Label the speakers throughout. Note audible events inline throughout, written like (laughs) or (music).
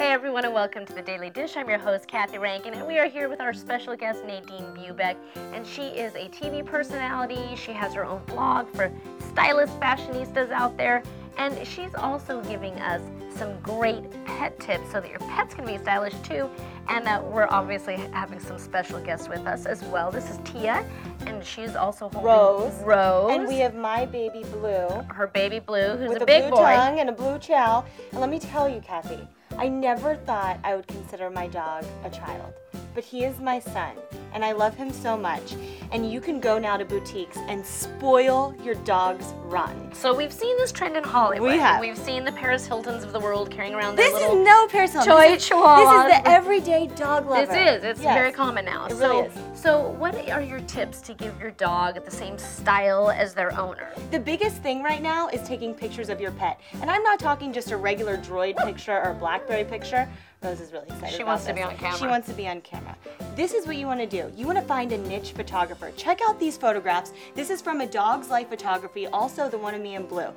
Speaker 1: and welcome to the Daily Dish. I'm your host, Kathy Rankin, and we are here with our special guest, Nadine Bubeck. And she is a TV personality, she has her own blog for stylist fashionistas out there, and she's also giving us some great pet tips so that your pets can be stylish too. And uh, we're obviously having some special guests with us as well. This is Tia, and she's also holding
Speaker 2: Rose.
Speaker 1: Rose.
Speaker 2: And we have my baby Blue
Speaker 1: her baby Blue, who's
Speaker 2: with
Speaker 1: a big
Speaker 2: blue
Speaker 1: boy.
Speaker 2: tongue and a blue chow. And let me tell you, Kathy, I never thought I would consider my dog a child, but he is my son, and I love him so much. And you can go now to boutiques and spoil your dog's run.
Speaker 1: So we've seen this trend in Hollywood.
Speaker 2: We have.
Speaker 1: We've seen the Paris Hiltons of the world carrying around their
Speaker 2: This is
Speaker 1: little.
Speaker 2: no personal.
Speaker 1: toy
Speaker 2: this is,
Speaker 1: chihuahua.
Speaker 2: This is the everyday dog lover.
Speaker 1: this is. It's
Speaker 2: Yes.
Speaker 1: very common now.
Speaker 2: It
Speaker 1: so,
Speaker 2: really is.
Speaker 1: so what are your tips to give your dog the same style as their owner?
Speaker 2: The biggest thing right now is taking pictures of your pet. And I'm not talking just a regular droid picture or Blackberry picture. Rose is really excited.
Speaker 1: She
Speaker 2: about
Speaker 1: wants to
Speaker 2: this.
Speaker 1: be on camera.
Speaker 2: She wants to be on camera. This is what you want to do. You want to find a niche photographer. Check out these photographs. This is from a dog's life photography, also the one of me in blue.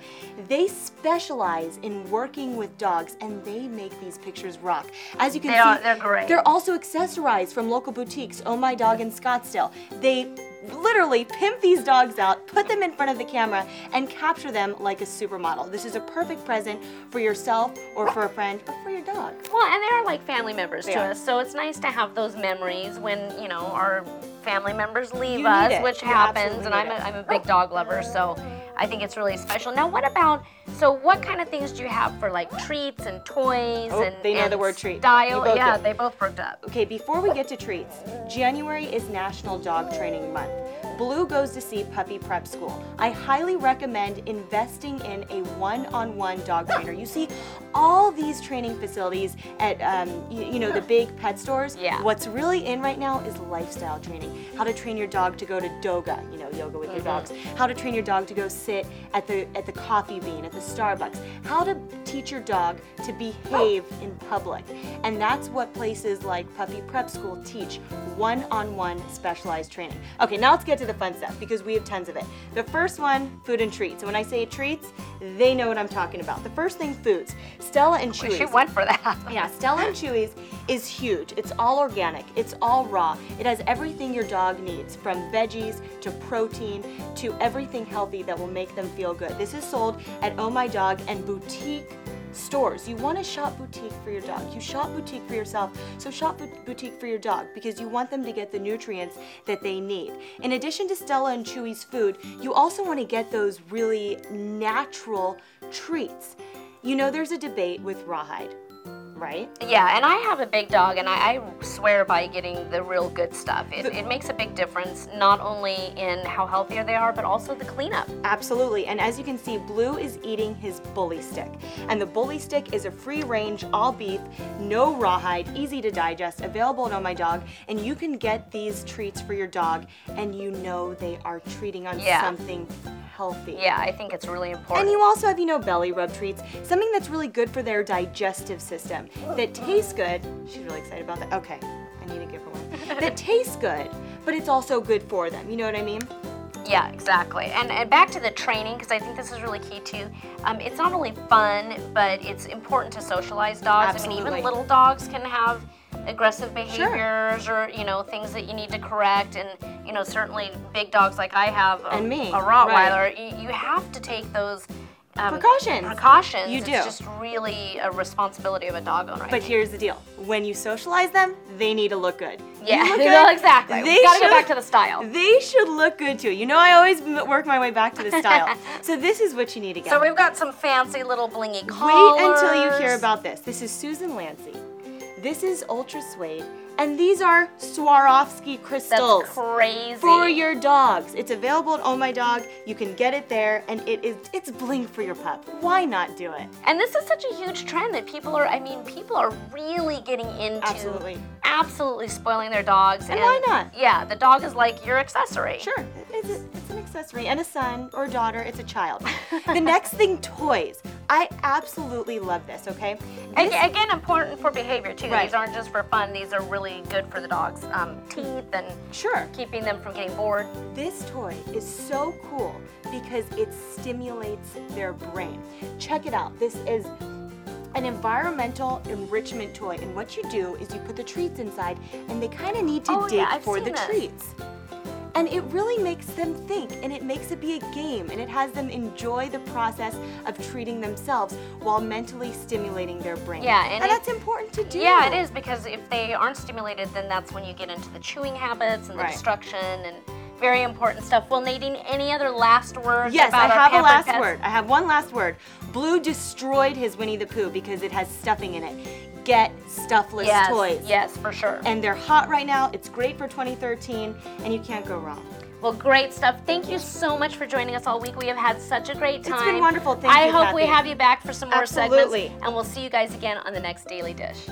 Speaker 2: They specialize in working with dogs and they make these pictures rock. As you can
Speaker 1: They
Speaker 2: see,
Speaker 1: are- they're great.
Speaker 2: They're also accessorized from local boutiques. Oh My Dog in Scottsdale. They literally pimp these dogs out, put them in front of the camera, and capture them like a supermodel. This is a perfect present for yourself or for a friend or for your dog.
Speaker 1: Well, and they are like family members
Speaker 2: They
Speaker 1: to
Speaker 2: are.
Speaker 1: us, so it's nice to have those memories when you know our family members leave
Speaker 2: You need
Speaker 1: us,
Speaker 2: it.
Speaker 1: which
Speaker 2: You
Speaker 1: happens.
Speaker 2: absolutely
Speaker 1: And I'm
Speaker 2: need
Speaker 1: a,
Speaker 2: it.
Speaker 1: I'm a big dog lover, so I think it's really special. Now, what about? So, what kind of things do you have for like treats and toys
Speaker 2: Oh,
Speaker 1: and
Speaker 2: they know
Speaker 1: and
Speaker 2: the word treat.
Speaker 1: style?
Speaker 2: You both
Speaker 1: yeah,
Speaker 2: do.
Speaker 1: they both perked up.
Speaker 2: Okay, before we get to treats, January is National Dog Training Month. Blue goes to see Puppy Prep School. I highly recommend investing in a one on one dog trainer. You see all these training facilities at, um, you, you know, the big pet stores.
Speaker 1: Yeah.
Speaker 2: What's really in right now is lifestyle training. How to train your dog to go to doga, you know, yoga with your dogs. How to train your dog to go sit at the at the coffee bean at the Starbucks. How to teach your dog to behave in public. And that's what places like Puppy Prep School teach one-on-one specialized training. Okay, now let's get to the fun stuff because we have tons of it. The first one, food and treats. And when I say treats, they know what I'm talking about. The first thing, foods. Stella and Chewy's.
Speaker 1: She went for that.
Speaker 2: Yeah, Stella and Chewy's is huge. It's all organic, it's all raw. It has everything your dog needs from veggies to protein to everything healthy that will make them feel good. This is sold at Oh My Dog and boutique stores. You want to shop boutique for your dog. You shop boutique for yourself, so shop bou- boutique for your dog because you want them to get the nutrients that they need. In addition to Stella and Chewy's food, you also want to get those really natural treats. You know, there's a debate with rawhide right?
Speaker 1: (laughs) Yeah, and I have a big dog, and I, I swear by getting the real good stuff. It,
Speaker 2: The-
Speaker 1: it makes a big difference, not only in how healthier they are, but also the cleanup.
Speaker 2: Absolutely. And as you can see, Blue is eating his bully stick. And the bully stick is a free range, all beef, no rawhide, easy to digest, available at Oh My Dog. And you can get these treats for your dog, and you know they are treating on
Speaker 1: Yeah.
Speaker 2: something healthy.
Speaker 1: Yeah, I think it's really important.
Speaker 2: And you also have, you know, belly rub treats, something that's really good for their digestive system, that tastes good. She's really excited about that. Okay, I need to
Speaker 1: (laughs)
Speaker 2: give her one. that tastes good, but it's also good for them. You know what I mean?
Speaker 1: Yeah, exactly. And, and back to the training, because I think this is really key too. Um, it's not only fun, but it's important to socialize dogs. I mean,
Speaker 2: Absolutely.
Speaker 1: even little dogs can have aggressive behaviors or, you know, things that you need to correct. And, you know, certainly big dogs like I have, a,
Speaker 2: And me,
Speaker 1: a Rottweiler,
Speaker 2: right.
Speaker 1: you, you have to take those. Um,
Speaker 2: Precautions.
Speaker 1: Precautions.
Speaker 2: You do.
Speaker 1: It's just really a responsibility of a dog owner. I
Speaker 2: But
Speaker 1: think.
Speaker 2: here's the deal: when you socialize them, they need to look good. You
Speaker 1: yeah, (laughs)
Speaker 2: look
Speaker 1: no,
Speaker 2: good,
Speaker 1: exactly.
Speaker 2: they
Speaker 1: We gotta
Speaker 2: should-
Speaker 1: go back to the style.
Speaker 2: They should look good too. You know, I always m- work my way
Speaker 1: (laughs)
Speaker 2: back to the style. so this is what you need to get.
Speaker 1: so we've got some fancy little blingy collars.
Speaker 2: Wait until you hear about this. This is Susan Lancy. This is Ultra Suede, and these are Swarovski crystals.
Speaker 1: That's crazy.
Speaker 2: For your dogs. It's available at Oh My Dog. You can get it there, and it is it's bling for your pup. Why not do it?
Speaker 1: And this is such a huge trend that people are, I mean, people are really getting into
Speaker 2: Absolutely.
Speaker 1: absolutely spoiling their dogs. And,
Speaker 2: why not?
Speaker 1: Yeah, the dog is like your accessory.
Speaker 2: Sure, it's, a- it's an accessory and a son or a daughter, it's a (laughs) child. the next thing, toys. I absolutely love this, okay?
Speaker 1: And
Speaker 2: This-
Speaker 1: again, important for behavior too.
Speaker 2: Right.
Speaker 1: These aren't just for fun, these are really good for the dog's um, teeth and
Speaker 2: sure.
Speaker 1: keeping them from getting bored.
Speaker 2: This toy is so cool because it stimulates their brain. Check it out. This is an environmental enrichment toy. And what you do is you put the treats inside, and they kind of need to
Speaker 1: Oh,
Speaker 2: dig
Speaker 1: yeah, I've
Speaker 2: for the
Speaker 1: seen this.
Speaker 2: treats. And it really makes them think and it makes it be a game and it has them enjoy the process of treating themselves while mentally stimulating their brain.
Speaker 1: Yeah, and it-
Speaker 2: that's important to do.
Speaker 1: Yeah, it is because if they aren't stimulated, then that's when you get into the chewing habits and the
Speaker 2: Right.
Speaker 1: destruction and very important stuff. Well, Nadine, any other last words
Speaker 2: Yes, I
Speaker 1: about our
Speaker 2: have a
Speaker 1: pampered
Speaker 2: last
Speaker 1: pets?
Speaker 2: word. I have one last word. Blue destroyed his Winnie the Pooh because it has stuffing in it. Get stuffless
Speaker 1: Yes,
Speaker 2: toys.
Speaker 1: yes, for sure.
Speaker 2: And they're hot right now. It's great for 2013, and you can't go wrong.
Speaker 1: Well, great stuff. Thank you so much for joining us all week. We have had such a great time.
Speaker 2: been wonderful. Thank
Speaker 1: I
Speaker 2: you,
Speaker 1: hope we
Speaker 2: Kathy.
Speaker 1: have you back for some more
Speaker 2: Absolutely.
Speaker 1: segments. And we'll see you guys again on the next Daily Dish.